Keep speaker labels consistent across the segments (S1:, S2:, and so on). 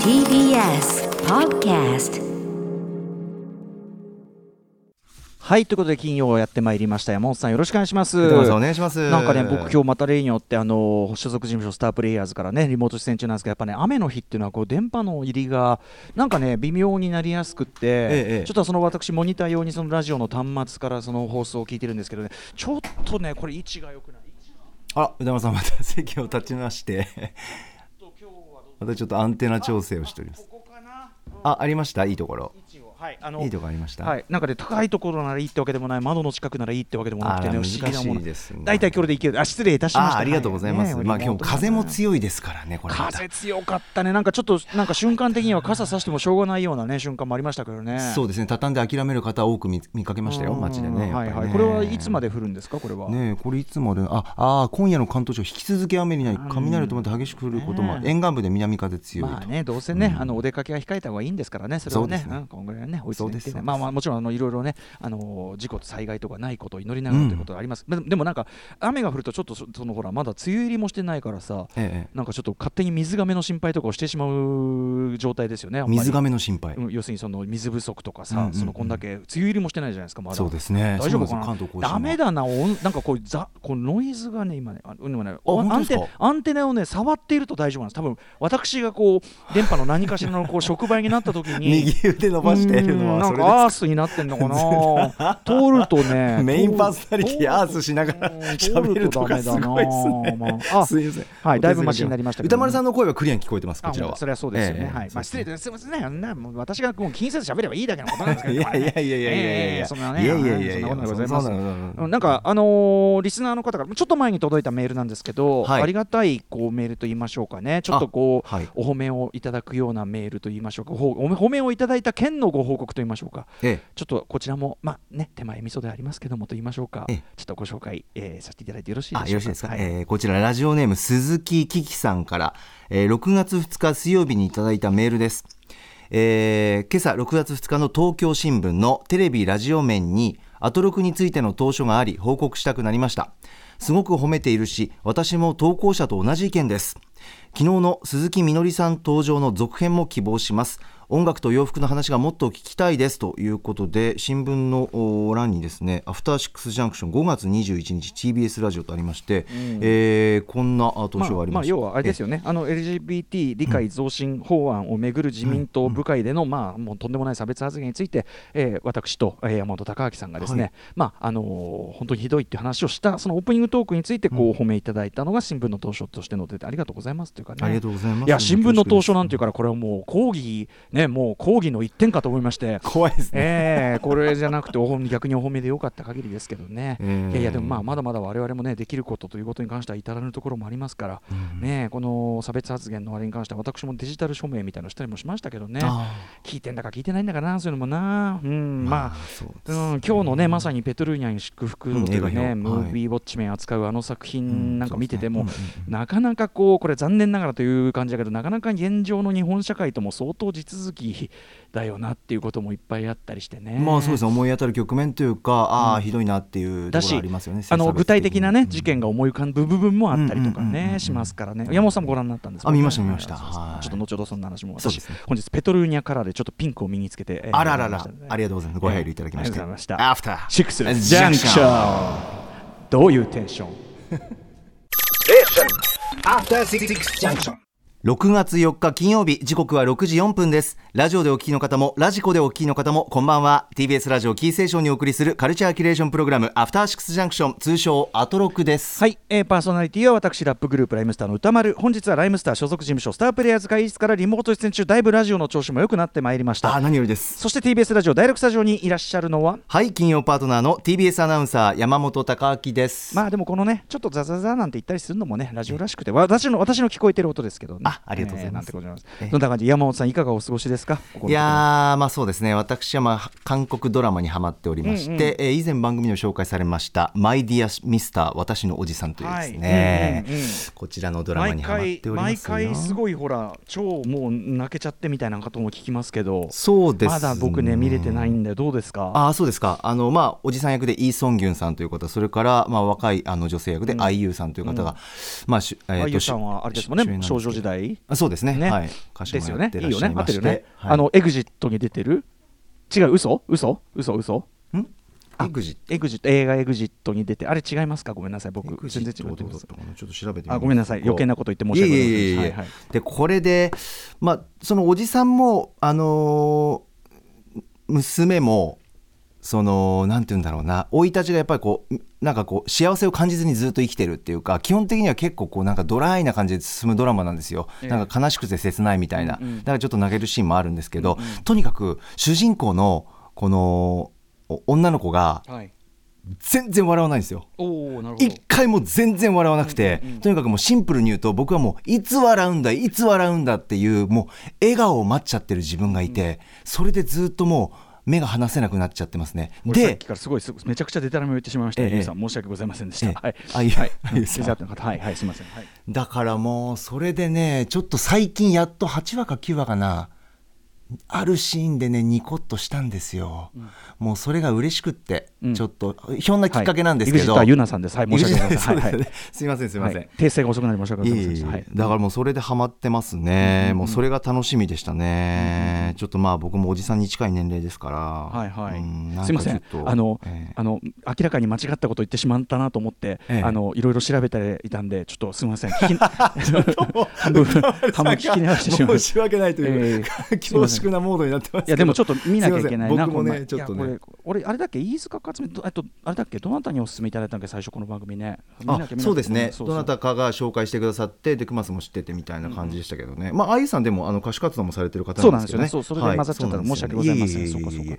S1: TBS Podcast
S2: はいということで金曜やってまいりました山本さんよろしくお願いします
S3: 出てますお願いします
S2: なんかね僕今日また例によってあの所属事務所スタープレイヤーズからねリモート出演中なんですけどやっぱね雨の日っていうのはこう電波の入りがなんかね微妙になりやすくって、
S3: ええ
S2: ちょっとその私モニター用にそのラジオの端末からその放送を聞いてるんですけどねちょっとねこれ位置が良くない
S3: あら歌丸さんまた席を立ちましてまたちょっとアンテナ調整をしております
S2: ここかな
S3: あありましたいいところ
S2: 位置をはいあの
S3: いいとこありました、
S2: はい、なんかね高いところならいいってわけでもない窓の近くならいいってわけでもなくてね
S3: あら
S2: 不思議なも
S3: 難し
S2: の
S3: いですね
S2: 大体これでいけるあ失礼いたしました
S3: あありがとうございます、
S2: は
S3: まあ今日風も
S2: い
S3: 強いですからねこれまた
S2: 風強かったねなんかちょっとなんか瞬間的には傘さしてもしょうがないようなね瞬間もありましたけどね
S3: そううですね畳んで諦める方多く見見かけましたよ街でねやっぱ
S2: はい
S3: りね
S2: はいこれはいつまで降るんですかこれは、
S3: ねえこれいつまでああー今夜の関東地方引き続き雨になり
S2: うん
S3: 雷を伴って激しく降ることもある、
S2: ねえ
S3: 沿岸部で南風強いと、
S2: まあね、どうせね、
S3: うん
S2: あのお出かけは控えた方がいいんですからね、それをね、
S3: そうですね
S2: うんこんぐらいはね、お家で行って
S3: そうです
S2: ね、まあまあ、もちろんあのいろいろね、あのー事故、災害とかないことを祈りながらということはあります、でもでもなんか、雨が降ると、ちょっとそそのほら、まだ梅雨入りもしてないからさ、
S3: ええ
S2: なんかちょっと勝手に水がめの心配とかをしてしまう状態ですよね、あんまり
S3: 水がめの心配、
S2: うん要するにその水不足とか
S3: うん
S2: さ
S3: う、ん
S2: そのこんだけ梅雨入りもしてないじゃないですか、まだ。
S3: そうですね
S2: 大丈夫
S3: そう
S2: か
S3: なん
S2: な
S3: ですよ関東甲信は
S2: ダメだな、おんなんかこうざこうノイズがね、今ね、あ今ねお
S3: 本当
S2: ア
S3: で
S2: ン
S3: すか
S2: テアンテナをね、触っていると大丈夫なんです、多分私がこう電波の何かしらのこう触媒になった時 に、
S3: 右腕伸ばしているの
S2: うん
S3: は
S2: な
S3: そ
S2: ん
S3: れ
S2: かアー
S3: で
S2: スになってんのかな、通ると
S3: す
S2: ね
S3: か、メインパーソナリ
S2: 通
S3: テ
S2: る
S3: ィアースしながら喋るとか すごいですね
S2: まああ
S3: すいません
S2: はいだいぶマシになりましたけどね
S3: 歌丸さんの声はクリアに聞こえてますこちら
S2: あ
S3: は
S2: それはそうですよね。
S3: ええ
S2: はい。まあ失礼です。すみませんね。あんなもう私がもう気にせず喋ればいいだけのことなんですけど。
S3: いやいやいやいやいやい
S2: ええ
S3: や
S2: そんなね。
S3: いやいやい
S2: そ
S3: や
S2: ん
S3: い
S2: な
S3: や
S2: ことでございます
S3: そん。なことない
S2: うんなんかあのーリスナーの方からちょっと前に届いたメールなんですけど、
S3: はい
S2: ありがたいこうメールと言いましょうかね。ちょっとこう、
S3: あはい
S2: お褒めをいただくようなメールと言いましょうか。ほお褒めをいただいた件のご報告と言いましょうか。
S3: え
S2: ちょっとこちらもまあね手前味噌でありますけどもと言いましょうか。
S3: え
S2: ちょ
S3: え
S2: っとご紹介、えーさせていただいてよろしいでしょう
S3: あ
S2: か。
S3: よろしいですか、
S2: はい
S3: えーこちらラジオネーム鈴木キキさんから、えー6月2日水曜日にいただいたメールです、えー今朝6月2日の東京新聞のテレビラジオ面にアトロクについての投書があり報告したくなりましたすごく褒めているし私も投稿者と同じ意見です昨日の鈴木みのりさん登場の続編も希望します音楽と洋服の話がもっと聞きたいですということで新聞のお欄にですね「アフターシックスジャンクション5月21日 TBS ラジオ」とありまして、えーこんなあ投
S2: まあ
S3: 書がありま
S2: あ
S3: した、
S2: 要はあれですよね、あの LGBT 理解増進法案をめぐる自民党部会での、まあ、もうとんでもない差別発言について、えー私と、えー山本貴明さんがですね、
S3: はい
S2: まああのー本当にひどいっていう話をした、そのオープニングトークについてこう、お褒めいただいたのが新聞の投書として載ってて、ありがとうございますというかね。
S3: ありがとうございます
S2: や、新聞の投書なんていうから、これはもう抗議、ね、もう抗議の一点かと思いまして。
S3: 怖いですね、
S2: ええこれじゃなくてお褒め逆にお褒めでよかった限りですけどね、
S3: ええ
S2: いやいやでもまあまだまだ我々もねできることということに関しては至らぬところもありますから、ねえこの差別発言のあれに関しては私もデジタル署名みたいなのしたりもしましたけどね
S3: あ
S2: 聞いてんだか聞いてないんだかなそういうのもなうんまあ
S3: そう
S2: うん、今日のねまさにペトルーニャに祝福のという
S3: うん映画
S2: ね、
S3: 表
S2: ムービーウォッチ面扱うあの作品なんか見てても、
S3: うんそうですねうん
S2: なかなかこうこれ残念ながらという感じだけどなかなか現状の日本社会とも相当地続きだよなっていうこともいっぱいあったりしてね。
S3: まあそうですね思い当たる局面というかああ、ひどいなっていうと
S2: だ
S3: ころ
S2: し
S3: ありますよね
S2: あの
S3: 差別
S2: 具体的なね、
S3: に
S2: 事件が思い浮かぶ部分もあったりとか
S3: うんうんうんう
S2: ね
S3: ん
S2: しますからね山本さんもご覧になったんですもんね
S3: あ見ました見ました
S2: はいそうそう
S3: はい
S2: ちょっと後ほどそんな話も
S3: そう
S2: 私
S3: ですね
S2: 本日ペトルーニャカラーでちょっとピンクを身につけてえー
S3: あらら
S2: や
S3: ら
S2: りましたね
S3: ありがとうございますご配慮いただきまして
S2: ありがとうございました
S3: アフター
S2: シックスジャンクションどういうテンション
S4: After Six Junction.
S3: 6月4日金曜日時刻は6時4分ですラジオでお聞きの方もラジコでお聞きの方もこんばんは TBS ラジオキーステーションにお送りするカルチャーキュレーションプログラムアフターシックスジャンクション通称アトロクです、
S2: はい、えーパーソナリティは私ラップグループライムスターの歌丸本日はライムスター所属事務所スタープレイヤーズ会議室からリモート出演中だいぶラジオの調子も良くなってまいりまし
S3: あ
S2: た
S3: 何よりです
S2: そして TBS ラジオ第6スタジオにいらっしゃるのは
S3: はい金曜パートナーの TBS アナウンサー山本貴明です、
S2: まあでもこのねちょっとザザザなんて言ったりするのもねラジオらしくて私の私の聞こえてる音ですけどね
S3: あありがとうございま
S2: えーなん
S3: す
S2: てことじゃないです
S3: ええ
S2: どんな感じ山本さんいかがお過ごしですか
S3: いやーまあそうですね私は、まあ、韓国ドラマにハマっておりまして、えー以前番組にも紹介されました「マイ・ディア・ミスター私のおじさん」というですね、
S2: はいうんうんうん
S3: こちらのドラマ
S2: 毎
S3: にハマっ
S2: 回
S3: ておりま
S2: 毎
S3: すよ
S2: 回すごいほら超もう泣けちゃってみたいなことも聞きますけど
S3: そうですね
S2: まだ僕ね見れてないんでどうですか
S3: ああそうですかあの、まあ、おじさん役でイ・ソンギュンさんという方それから、まあ、若いあの女性役でアイユーさんという方が、まあしえーと
S2: あゆさんはあれですもん
S3: 主演
S2: ね
S3: なんです
S2: 少
S3: けど
S2: 女時代代
S3: あそうですね
S2: ね
S3: はい歌手
S2: で
S3: も
S2: す
S3: や
S2: よ
S3: っ
S2: ね
S3: て。
S2: い
S3: ら
S2: い
S3: っ
S2: よ
S3: しゃ
S2: ね。
S3: い
S2: 合っ
S3: ま
S2: てる
S3: し
S2: よ
S3: て
S2: ね。
S3: はい
S2: あのエグジットに出てる。違う、嘘、嘘、嘘、嘘。あ
S3: エグジッ
S2: エグジット映画エグジットに出てあれ違いますか。ごめんなさい、僕
S3: エグジ
S2: 全然
S3: ッ
S2: 違
S3: トは
S2: って
S3: どう
S2: ま
S3: だっ
S2: す
S3: た。かなちょっと調べてみます
S2: あごめんなさい余計なこと言って申し訳ございません
S3: いえいえいえいえ
S2: はいはい
S3: でこれで、まあ、そのおじさんも、あのー娘もそのなんて言うんだろうな生い立ちがやっぱりこうなんかこう幸せを感じずにずっと生きてるっていうか基本的には結構こうなんかドライな感じで進むドラマなんですよ、
S2: ええ
S3: なんか悲しくて切ないみたいな、
S2: うんうん
S3: だからちょっと泣けるシーンもあるんですけど、
S2: うんうん
S3: とにかく主人公のこのお女の子が
S2: はい。
S3: 全然笑わないんですよ。
S2: おおなるほど
S3: 一。回も全然笑わなくて、
S2: うんうんうん
S3: とにかくもうシンプルに言うと僕はもういつ笑うんだいつ笑うんだっていうもう笑顔を待っちゃってる自分がいて、それでずっともう目が離せなくなっちゃってますね。
S2: 俺さっ
S3: で
S2: きからすごいすごいめちゃくちゃデタラメを言ってしまいました、
S3: ええ
S2: ゆうさん申し訳ございませんでした、
S3: ええ
S2: はい
S3: あいえ
S2: はい
S3: いえいえ
S2: 先生方はいはいすみません、はい、
S3: だからもうそれでねちょっと最近やっと8話か9話かなあるシーンでねニコッとしたんですよ、もうそれが嬉しくって、
S2: うん
S3: ちょっとひょんなきっかけなんですけど、
S2: はい EXIT はゆなさんですはい申し訳ございませんはい
S3: EXIT そうですよねすいませんすいません、
S2: はい訂正が遅くなり申し訳ございませんでした
S3: いえいえ
S2: はい
S3: え
S2: い
S3: だからもうそれでハマってますね、もうそれが楽しみでしたね、ちょっとまあ僕もおじさんに近い年齢ですから、
S2: はいはい
S3: うん
S2: すいません
S3: なかちょっと
S2: あの、
S3: ええ
S2: あの明らかに間違ったこと言ってしまったなと思って、
S3: ええ
S2: あのいろいろ調べていたんでちょっとすみま せん聞き半分 半分聞き流してしまいました
S3: 申し訳ないという、
S2: ええ
S3: 恐縮なモードになってます
S2: い
S3: けど
S2: やでもちょっと見なきゃいけないな
S3: すません僕も
S2: この前
S3: ねちょっと
S2: い
S3: ね
S2: やこれ俺あれだっけ飯塚克美どえっとあれだっけどなたにお勧めいただいたんだっけ最初この番組ね見なきゃ見な
S3: あ
S2: きゃ
S3: そうですね
S2: そうそ
S3: ど
S2: う
S3: なたかが紹介してくださってでクマスも知っててみたいな感じでしたけどね、まああゆさんでもあの歌手活動もされてる方
S2: そう
S3: な
S2: なんん
S3: で
S2: ですすよ
S3: よね
S2: ね。そうそれで混ざっちゃったら申し訳ございません。そうかそうか。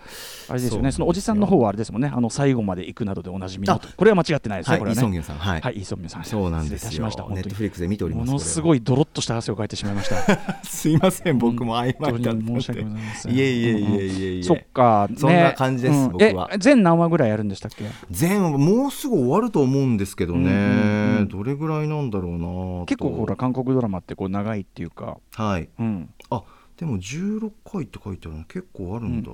S2: あれです
S3: そう
S2: よね。
S3: なんですよ
S2: そのおじさんの方はあれですもんね。あの最後まで行くなどでおなじみの
S3: あ。
S2: これは間違ってないです
S3: は
S2: ね。
S3: い
S2: これは
S3: イソンギ
S2: ね。
S3: ョンさんはい、
S2: はい、イーソンミョンさん。
S3: そうなんですよ
S2: 失礼いたしました。本当に
S3: Netflix で見ております
S2: ものすごいドロッとした汗をかいてしまいました。
S3: すいません僕も謝った
S2: 本当に申し訳ございません。
S3: いえいえいえいえいえ
S2: そっか。ね
S3: そんな感じです
S2: うん
S3: 僕は
S2: え、全何話ぐらいやるんでしたっけ
S3: 全もうすぐ終わると思うんですけどね、
S2: うんうんうん
S3: どれぐらいなんだろうなと
S2: 結構ほら、韓国ドラマってこう長いっていうか。
S3: はい
S2: うん。
S3: あでも16回って書いてあるの結構あるんだ、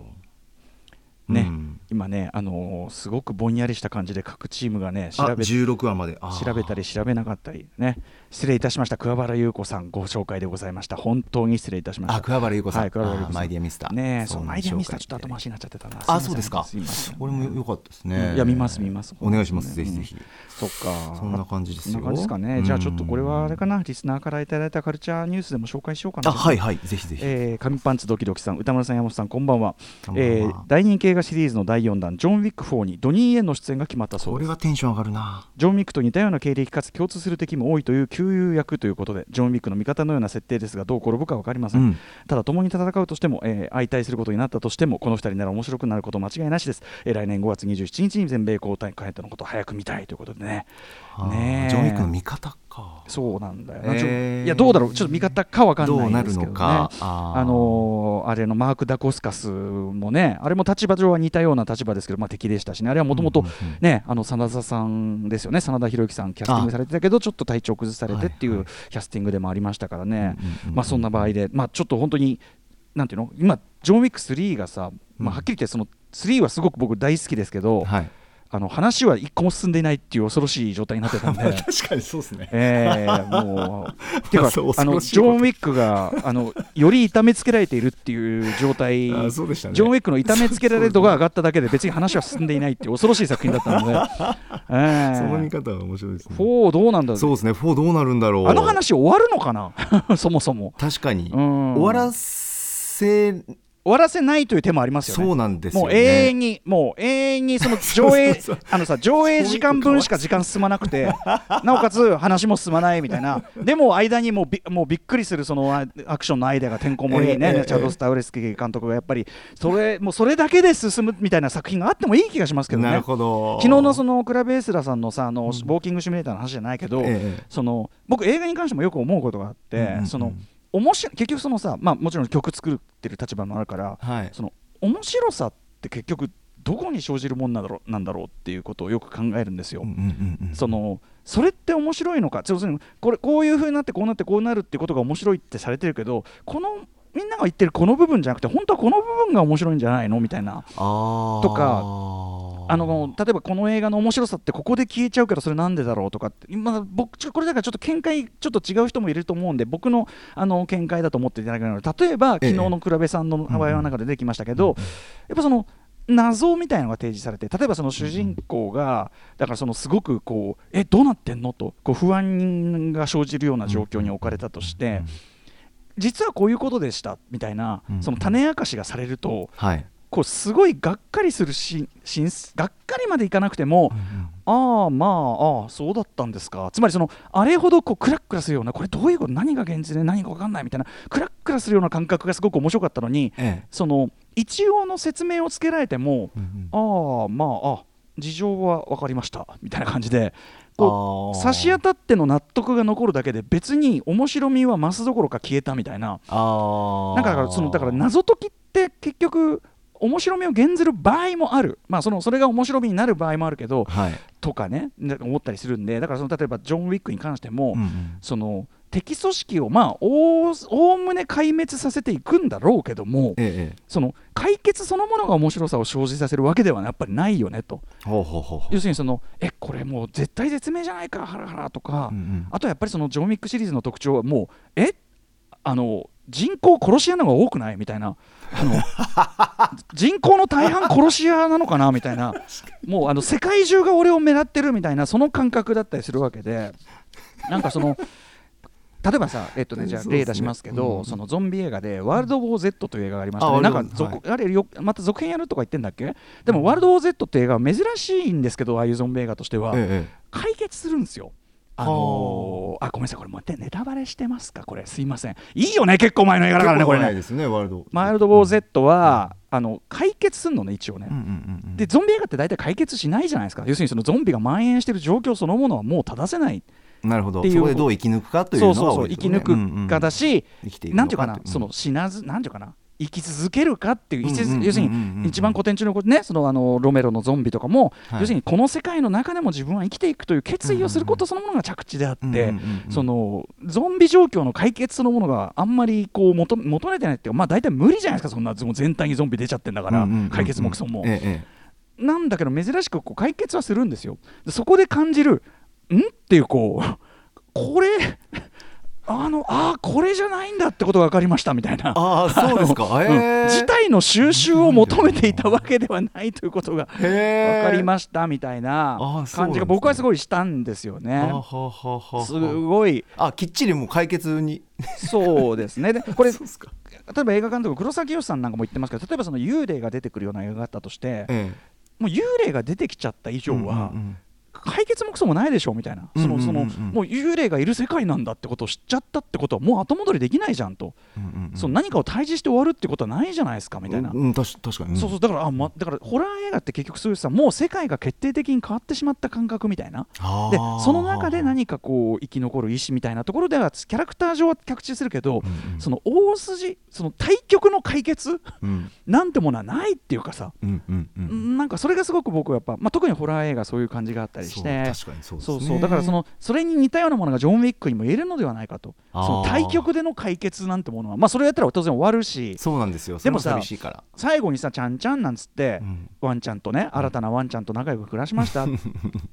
S2: ね、
S3: うん
S2: 今ね、あのーすごくぼんやりした感じで各チームがね、調
S3: あ
S2: べて
S3: 16話まであー
S2: 調べたり調べなかったりね失礼いたしました桑原優子さんご紹介でございました本当に失礼いたしました
S3: あ桑原優子さん
S2: はい桑原優子さ
S3: あ
S2: ん
S3: マイディアミスター
S2: ねえ
S3: そう
S2: そうマイディアミスターちょっと後回しになっちゃってたな
S3: あ
S2: いません
S3: そうですか
S2: いません
S3: 俺も良かったです
S2: う
S3: ね
S2: んいや見ます見ます
S3: お願いしま
S2: 本
S3: す、
S2: 当
S3: ぜひ
S2: に
S3: ぜ
S2: ね
S3: ひ
S2: そっか
S3: そんな感じですよ
S2: そんな感じですか
S3: う
S2: ね
S3: ん
S2: じゃあちょっとこれはあれかなリスナーからいただいたカルチャーニュースでも紹介しようかな
S3: あはいはいぜひぜひ、
S2: えー、紙パンツドキドキさん、歌丸さん、山本さん、こんばんは
S3: こんばんは
S2: えー大人気映画シリーズの第4弾、ジョン・ウィック4にドニー・イエンの出演が決まったそう
S3: こ
S2: で
S3: れ
S2: す。
S3: はテンション上がるな
S2: ジョン・ウィックと似たような経歴かつ共通する敵も多いという旧友役ということでジョン・ウィックの味方のような設定ですがどう転ぶか分かりません、
S3: うん
S2: ただ共に戦うとしても、えー相対することになったとしてもこの2人なら面白くなること間違いなしです、えー来年5月27日に全米公開会とのことを早く見たいということでね
S3: あー
S2: ねえ
S3: ジョン・ウィックの味方か
S2: そうなんだよな、
S3: えー
S2: ちょいやどうだろうちょっと見方か分かんないですけど、ね、
S3: どうなるのかあ
S2: あ
S3: ー
S2: のーあれのマーク・ダコスカスもねあれも立場上は似たような立場ですけど、まあ、敵でしたしねあれはもともと
S3: うんうんうん
S2: ねあの真田さんですよね真田広之さんキャスティングされてたけどちょっと体調崩されてってい
S3: はいは
S2: うキャスティングでもありましたからね、
S3: うんうんうんうん
S2: まあそんな場合で、まあ、ちょっと本当になんていうの今ジョン・ウィック3がさ、まあ、はっきり言ってその3はすごく僕大好きですけど、
S3: はい
S2: あの話は一個も進んでいないっていう恐ろしい状態になってたん で。
S3: 確かにそうですね
S2: えー、もう、てか、あ
S3: まあ そう、恐
S2: の
S3: ろしい
S2: ジョン・ウィックがあのより痛めつけられているっていう状態、
S3: あそうでしたね
S2: ジョン・ウィックの痛めつけられる度が上がっただけで、別に話は進んでいないっていう恐ろしい作品だった ので、えー
S3: その見方は面白いですね
S2: フォーどうなんだ
S3: そうですね4どうなるんだろう
S2: あの話終わるのかな、 そもそも。
S3: 確かに
S2: うん
S3: 終わらせ
S2: 終わらせないという手もありますよね。
S3: そうなんです
S2: も
S3: よね
S2: う永遠に、もう永遠にその上映
S3: そうそうそ、
S2: あのさ、上映時間分しか時間進まなく て、なおかつ話も進まないみたいな、でも間にもうびもうびっくりするそのあアクションのアイデアがてんこ盛りに
S3: えええ
S2: ね
S3: え、
S2: チャド・スタウレスキー監督がやっぱり、それもうそれだけで進むみたいな作品があってもいい気がしますけどね。
S3: なるほど
S2: 昨日のそのクラベースラさんのさあのウォーキングシミュレーターの話じゃないけど、
S3: ええ
S2: その僕映画に関してもよく思うことがあって、
S3: うんうんうん
S2: その面白い結局そのさまあもちろん曲作ってる立場もあるから、
S3: はい
S2: その面白さって結局どこに生じるもんなんだろうなんだろうっていうことをよく考えるんですよ。
S3: うんうんうんうん
S2: そのそれって面白いのか要するにこれこういうふうになってこうなってこうなるってことが面白いってされてるけどこのみんなが言ってるこの部分じゃなくて本当はこの部分が面白いんじゃないのみたいな
S3: あー
S2: とかあの例えばこの映画の面白さってここで消えちゃうからそれなんでだろうとかって今僕ちょこれだからちょっと見解ちょっと違う人もいると思うんで僕のあの見解だと思っていただけないので例えば昨
S3: ええ
S2: 日の比べさんの場合の中で出てきましたけど、やっぱその謎みたいなのが提示されて例えばその主人公がだからそのすごくこうえどうなってんのとこう不安が生じるような状況に置かれたとして。実はこういうことでしたみたいな、
S3: うん
S2: その種明かしがされると
S3: はい、
S2: こうすごいがっかりするししんがっかりまでいかなくても、ああまあああそうだったんですかつまりそのあれほどこうクラックラするようなこれどういうこと何が現実で何か分かんないみたいなクラックラするような感覚がすごく面白かったのに
S3: ええ
S2: その一応の説明をつけられても、
S3: うん
S2: ああまああ事情は分かりましたみたいな感じで
S3: あ
S2: こう
S3: ー
S2: 差し当たっての納得が残るだけで別に面白みは増すどころか消えたみたいな
S3: あー
S2: なんかだからそのだから謎解きって結局面白みを減ずる場合もある、まあ、そのそれが面白みになる場合もあるけど
S3: はい、
S2: とかねなんか思ったりするんでだからその例えばジョン・ウィックに関しても、
S3: うん
S2: その敵組織をまあおおおむね壊滅させていくんだろうけども
S3: ええええ
S2: その解決そのものが面白さを生じさせるわけではやっぱりないよねと
S3: ほうほうほうほう
S2: 要するにそのえこれもう絶対絶命じゃないかハラハラとか、
S3: うんうん
S2: あとはやっぱりそのジョン・ウィックシリーズの特徴はもうえあの人口殺し屋の方が多くないみたいなあ の人口の大半殺し屋なのかなみたいなもうあの世界中が俺を狙ってるみたいなその感覚だったりするわけでなんかその。例えばさ、えっとね、じゃあ
S3: そうですね
S2: 例出しますけど、
S3: うん
S2: そのゾンビ映画で「ワールド・ウォー・ Z」という映画がありました
S3: あ
S2: ね、
S3: あ
S2: な
S3: れ
S2: んか
S3: はい
S2: 続、あれよまた続編やるとか言ってんだっけでも「ワールド・ウォー・ Z」って映画は珍しいんですけどああいうゾンビ映画としては、
S3: ええ
S2: 解決するんですよ。あのーあごめんなさい、これ、待ってネタバレしてますか、これ、すいません、いいよね、結構前の映画だからね、
S3: 結構
S2: これ
S3: ない
S2: ね。
S3: ですねワールド
S2: マイルド・ボー・ Z は、あの解決するのね、一応ね。
S3: うんうんうんうん
S2: で、ゾンビ映画って大体解決しないじゃないですか、要するにそのゾンビが蔓延してる状況そのものはもう正せない、
S3: なるほど
S2: っていう
S3: そこでどう生き抜くかという
S2: そ
S3: の
S2: う
S3: が
S2: そうそう、
S3: 多
S2: 生
S3: いです
S2: き
S3: よね
S2: 抜くかだし、
S3: うんうん生きていくの
S2: なんていうかな
S3: っ、て
S2: その死なず、なんていうかな、生き続けるかっていう、一
S3: うんうんうんうんうん
S2: 要するに一番古典中のことね、そのあのロメロのゾンビとかも、
S3: はい
S2: 要するにこの世界の中でも自分は生きていくという決意をすることそのものが着地であって、
S3: うんうんうんうん
S2: そのゾンビ状況の解決そのものがあんまりこう求求めてないっていうか、まあ、大体無理じゃないですか、そんなもう全体にゾンビ出ちゃってんだから、
S3: うんうんうんうん
S2: 解決目標も。
S3: えええ
S2: なんだけど珍しくこう解決はするんですよ。でそこで感じる「ん?」っていうこうこれあのあーこれじゃないんだってことが分かりましたみたいな。
S3: ああそうですか
S2: うん
S3: ええ
S2: 事態の収集を求めていたわけではないということが
S3: へ
S2: 分
S3: え
S2: かりましたみたいな
S3: あそうな
S2: 感
S3: んで
S2: じ
S3: す
S2: が
S3: ね
S2: 僕はすごいしたんですよね
S3: は。ははは
S2: すごい
S3: あきっちりもう解決に
S2: そうですねでこれ
S3: そうっすか
S2: 例えば映画監督黒崎良さんなんかも言ってますけど例えばその幽霊が出てくるような映画だったとして
S3: え
S2: もう幽霊が出てきちゃった以
S3: え
S2: 上は
S3: うんうんうん
S2: 解決もクソもないでしょうみたいな、その
S3: うんうん
S2: そ
S3: うんう
S2: の
S3: ん
S2: もう幽霊がいる世界なんだってことを知っちゃったってことは、もう後戻りできないじゃんと、
S3: うんうんうん
S2: その何かを対峙して終わるってことはないじゃないですかみたいな、
S3: うんうん確確かに
S2: そうそううだからあ、ま、だからホラー映画って結局そういうさ、もう世界が決定的に変わってしまった感覚みたいな、でその中で何かこう生き残る意思みたいなところでは、キャラクター上は脚注するけど、
S3: うんうん
S2: その大筋、その対局の解決
S3: うん
S2: なんてものはないっていうかさ、
S3: うんうんうん
S2: なんかそれがすごく僕はやっぱ、まあ、特にホラー映画、そういう感じがあったりして。
S3: そう確かにそうです
S2: そ
S3: ね
S2: うそうだからそのそれに似たようなものがジョン・ウィックにも言えるのではないかとそ
S3: あー
S2: の対局での解決なんてものはまあそれやったら当然終わるし
S3: そうなんですよ
S2: でもさ
S3: それ寂しいから
S2: 最後にさ「ちゃんちゃん」なんつって、
S3: うん
S2: ワンちゃんとね新たなワンちゃんと仲良く暮らしましたっ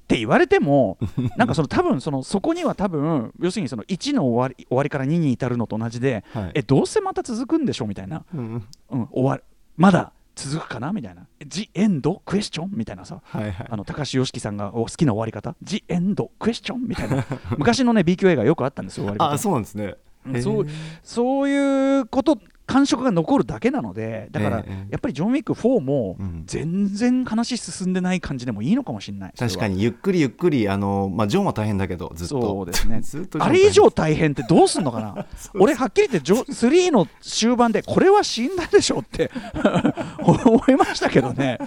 S2: て言われてもなんかその多分そのそこには多分要するにその1の終わり終わりから2に至るのと同じで、
S3: はい
S2: えどうせまた続くんでしょみたいな、
S3: うん
S2: うん、終わるまだ続くかなみたいな「ジ・エンド・クエスチョン」みたいなさ
S3: はいはい
S2: あの高橋良樹さんがお好きな終わり方、ジ・エンド・クエスチョンみたい な、昔のね、B 級映画よくあったんですよ、終わり方。
S3: あそうなんですね
S2: うんそう
S3: へえ
S2: そういうこと、感触が残るだけなので、だから、
S3: ええええ
S2: やっぱりジョン・ウィック4も
S3: うん、
S2: 全然話進んでない感じでもいいのかもしれない。
S3: 確か
S2: に
S3: にゆっくりゆっくりあのまあジョンは大変だけどずっと
S2: そうですね
S3: ずっとジ
S2: あ
S3: ョン大変
S2: れ以上大変ってどうすんの かな俺はっきり言ってジョ3の終盤でこれは死んだでしょって 思いましたけどね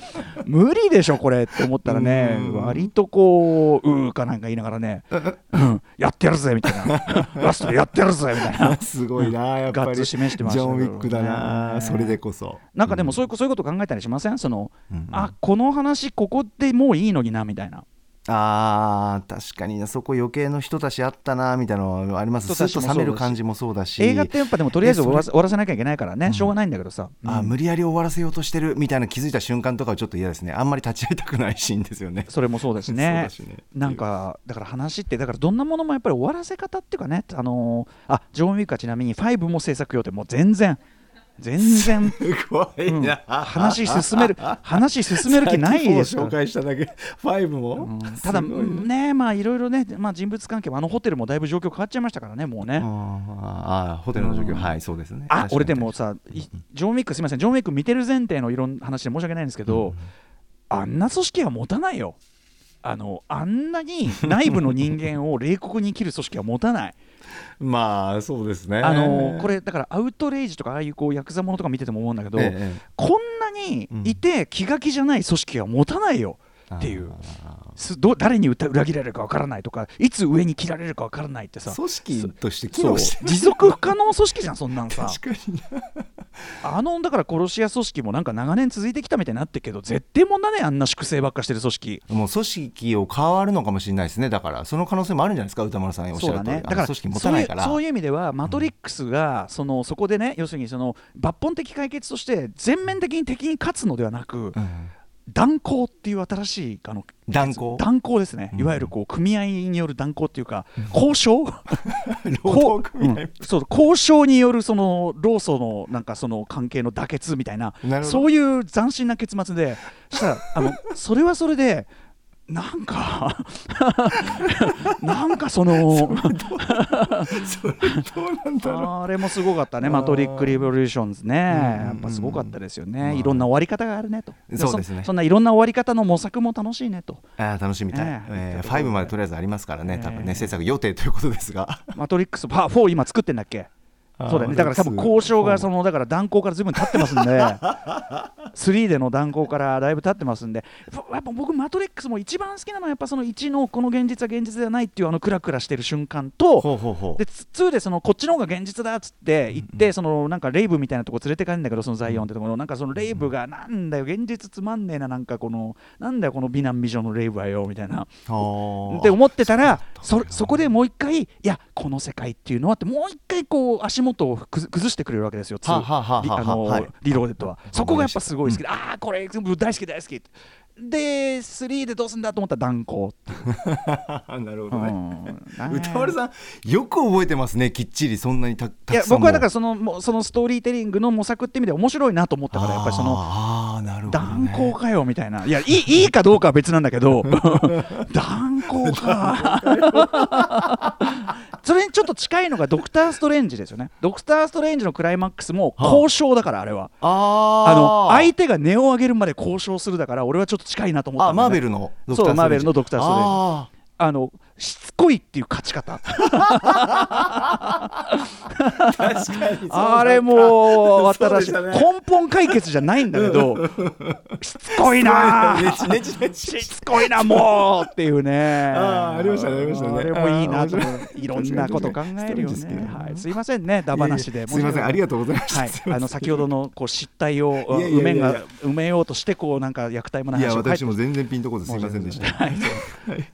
S2: 無理でしょこれって思ったらね
S3: うん
S2: 割とこううーかなんか言いながらね、うん、やってやるぜみたい なラストでやってやるぜみたいな
S3: すごいなやっぱ
S2: ガッ
S3: り
S2: ツ示してましたけ
S3: ジ
S2: ど
S3: ョン・
S2: ね
S3: ウィックだなそれでこそ
S2: なんかでもそういうそういうこと考えたりしませんその、
S3: うんうん
S2: あこの話ここでもういいのになみたいな
S3: あー確かになそこ余計の人たちあったなみたいなのはあります
S2: 人
S3: ス
S2: た
S3: ッ
S2: ちも
S3: と
S2: そうだし
S3: 冷める感じもそうだし
S2: 映画ってやっぱでもとりあえず
S3: え
S2: 終
S3: それ
S2: わらせ終わらせなきゃいけないからね、しょうがないんだけどさ、うん
S3: あ無理やり終わらせようとしてるみたいな気づいた瞬間とかはちょっと嫌ですねあんまり立ち会いたくないシーンですよ ね
S2: それもそうだし
S3: そう
S2: ね
S3: だしね
S2: なんかだから話ってだからどんなものもやっぱり終わらせ方っていうかねあのーあジョン・ウィックはちなみに5も制作予定もう全然全然、
S3: すごい
S2: うん
S3: な、
S2: 話進める話進める気ないです
S3: さっきも
S2: か
S3: 紹
S2: ら
S3: 介しただけ5も、
S2: うん
S3: す
S2: ただ
S3: ごいね
S2: ねまあいろいろね、まあ、人物関係もあのホテルもだいぶ状況変わっちゃいましたからねもうね、
S3: あーあーホテルの状況、
S2: うん
S3: はいそうですね
S2: あ
S3: 確かに
S2: 俺でもさ、いジョン・ウィックすみません、ジョン・ウィック見てる前提のいろんな話で申し訳ないんですけど、あんな組織は持たないよ。あのあんなに内部の人間を冷酷に生きる組織は持た ない、
S3: まあそうですね
S2: あのこれだからアウトレイジとかああいうこうヤクザものとか見てても思うんだけど、
S3: ええ
S2: こんなにいて気が気じゃない組織は持たないよっていう、すど誰に歌裏切られるかわからないとかいつ上に切られるかわからないってさ
S3: 組織として機
S2: そう
S3: 能して
S2: 持続不可能組織じゃんそんなんさ
S3: 確かにな
S2: あのだから殺し屋組織もなんか長年続いてきたみたいになってるけど絶対もんだねあんな粛清ばっかしてる組織
S3: もう組織を変わるのかもしれないですねだからその可能性もあるんじゃないですか歌丸さんおっし
S2: そ
S3: ゃ
S2: うだ
S3: る通り、
S2: ね
S3: あの
S2: だから
S3: 組織持たないから
S2: そういうそういう意味ではマトリックスがそのそこでね要するにその抜本的解決として全面的に敵に勝つのではなく、
S3: うん
S2: 断交っていう新しいあの
S3: 断交
S2: 断交ですね、
S3: うん
S2: いわゆるこう組合による断交っていうか、交渉
S3: 労働組合
S2: こううんそう交渉によるその労組のなんかその関係の妥結みたいな
S3: なるほど
S2: そういう斬新な結末でした らあのそれはそれでなんか なんかその
S3: それどうなんだろう
S2: あれもすごかったね「
S3: あー
S2: マトリック・リボリューションズね」
S3: うん
S2: やっぱすごかったですよね、いろんな終わり方があるねと
S3: そうですね
S2: そんないろんな終わり方の模索も楽しいねと
S3: あー楽しみたい、
S2: ええ
S3: えー、5までとりあえずありますからね、
S2: ええ
S3: 多分ね制作予定ということですが
S2: マトリックスパー4今作ってんだっけ
S3: あー
S2: そうだよねだから多分交渉がそのだから断交からずいぶん経ってますんで 3での断交からだいぶ経ってますんでやっぱ僕マトリックスも一番好きなのはやっぱその1のこの現実は現実ではないっていうあのクラクラしてる瞬間と
S3: ほうほうほう
S2: でつ2でそのこっちの方が現実だっつって行って、そのなんかレイブみたいなとこ連れて帰るんだけどそのザイオンってところなんかそのレイブがなんだよ現実つまんねえななんかこのなんだよこの美男美女のレイブはよみたいな
S3: ほう
S2: って思ってたら
S3: そう
S2: そ
S3: だったんだ
S2: そこでもう一回いやこの世界っていうのはってもう一回こう足元をくず崩してくれるわけですよ、
S3: はあはあはあ
S2: リ
S3: はあ
S2: あの
S3: はい
S2: リローデッドは
S3: あ
S2: そこがやっぱすごい好きで、ああこれ大好き大好きで3でどうすんだと思ったら断交、
S3: なるほ
S2: う
S3: どね、
S2: ん
S3: 歌丸さんよく覚えてますねきっちりそんなにたた
S2: い
S3: く
S2: や
S3: さん
S2: 僕はだから
S3: ら
S2: そのもうそのストーリーテリングの模索って意味で面白いなと思ったからやっぱりその
S3: あーあーなるほど、
S2: 断
S3: ね、
S2: 交かよみたいないやいいいいかどうかは別なんだけ ど断交かそれにちょっと近いのがドクター・ストレンジですよねドクター・ストレンジのクライマックスも交渉だからあれは。
S3: あ
S2: あの
S3: あ
S2: 相手が値を上げるまで交渉するだから俺はちょっと近いなと思った
S3: あ
S2: んだ
S3: マ
S2: よ
S3: ー
S2: ね
S3: ベルのドクター
S2: そう
S3: ストレンジ
S2: マーベルのドクターストレンジ
S3: あ
S2: あのしつこいっていう勝ち方
S3: ー確かにそうだ
S2: あれもう新しい、
S3: そうでしたね
S2: 根本解決じゃないんだけどしつこいなあ
S3: ねちねちね
S2: し
S3: ち
S2: つこいなもうっていうね
S3: あーありましたねありましたね
S2: あれもいいなと思う
S3: あー面白い
S2: いろんなこと考えるよ
S3: ストレンジ
S2: ね
S3: 好きだな
S2: はいすいませんねダバなしで
S3: いえいえすいませんありがとうございました
S2: は
S3: すいませ
S2: い
S3: ん
S2: あの先ほどのこう失態を
S3: いやいやいや
S2: 埋めんが埋めようとしてこうなんか虐待もない
S3: いや
S2: 話を書い
S3: 私
S2: て
S3: も全然ピンとこずすいませんでした
S2: はい
S3: はい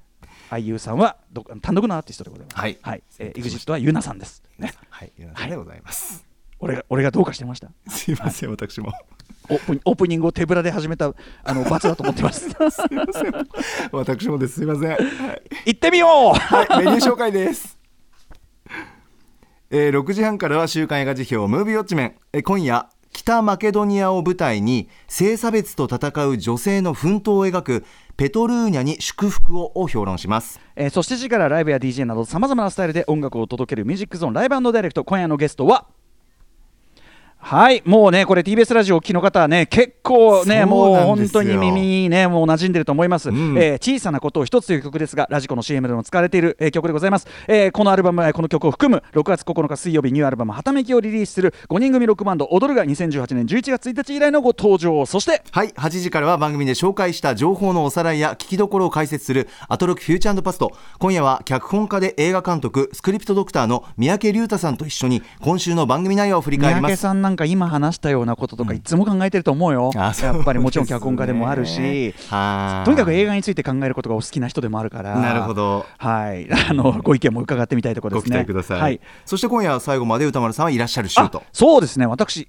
S2: 俳優さんはど単独のアーティストでございます
S3: はい
S2: はいえー EXIT はユナさんですね
S3: はいありがとうございます
S2: 俺が俺がどうかしてました
S3: すいません私も
S2: オープニオープニングを手ぶらで始めたあの罰だと思ってます
S3: すいません私もですすいませんはい
S2: 行ってみよう
S3: はい、メニュー紹介です。えー6時半からは週刊映画辞表ムービーウォッチメン、えー今夜北マケドニアを舞台に性差別と戦う女性の奮闘を描く「ペトルーニャに祝福を」を評論します
S2: えーそして7時からライブや DJ などさまざまなスタイルで音楽を届けるミュージックゾーンライブダイレクト今夜のゲストははいもうねこれ TBS ラジオをお聞きの方はね結構ね
S3: そう
S2: もう
S3: なんで
S2: 本
S3: すよ
S2: 当に耳にねもう馴染んでると思います、
S3: ん
S2: えー小さなことを一つという曲ですがラジコの CM でも使われている、えー曲でございます、えーこのアルバムえーこの曲を含む6月9日水曜日ニューアルバム「はためき」をリリースする5人組ロックバンド「踊る」が2018年11月1日以来のご登場そして
S3: はい8時からは番組で紹介した情報のおさらいや聞きどころを解説する「アトロックフューチャーパスト」今夜は脚本家で映画監督スクリプトドクターの三宅龍太さんと一緒に今週の番組内容を振り返
S2: 三
S3: ります
S2: 宅さんななんか今話したようなこととかいつも考えてると思うよ、
S3: あそう
S2: やっぱりもちろん
S3: ですね
S2: 脚本家でもあるし、
S3: はい
S2: とにかく映画について考えることがお好きな人でもあるから
S3: なるほど
S2: はい、あのご意見も伺ってみたいところ
S3: ご
S2: です
S3: 期
S2: ね
S3: 待ください、
S2: はい、
S3: そして今夜は最後まで歌丸さんはいらっしゃるシュート
S2: あそうですね私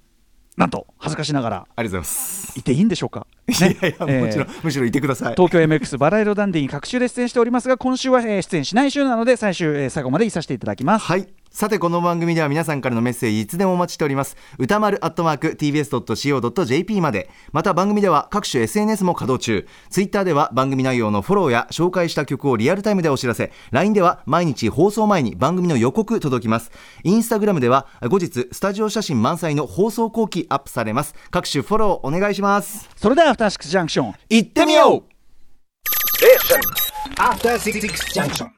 S2: なんと恥ずかしながら
S3: ありがとうございます、
S2: いていいんでしょうか、ね
S3: いやいやもちろ
S2: え
S3: ん、
S2: ー
S3: むしろいてください
S2: 東京 MX バラ色ダンディに各週で出演しておりますが今週は、えー出演しない週なので最終、えー最後までいさせていただきます
S3: はいさてこの番組では皆さんからのメッセージいつでもお待ちしております歌丸アットマーク TBS.CO.JP までまた番組では各種 SNS も稼働中 Twitter では番組内容のフォローや紹介した曲をリアルタイムでお知らせ LINE では毎日放送前に番組の予告届きます Instagram では後日スタジオ写真満載の放送後期アップされます各種フォローお願いします
S2: それではアフターシックスジャンクション
S3: いってみよう
S4: After Six Junction.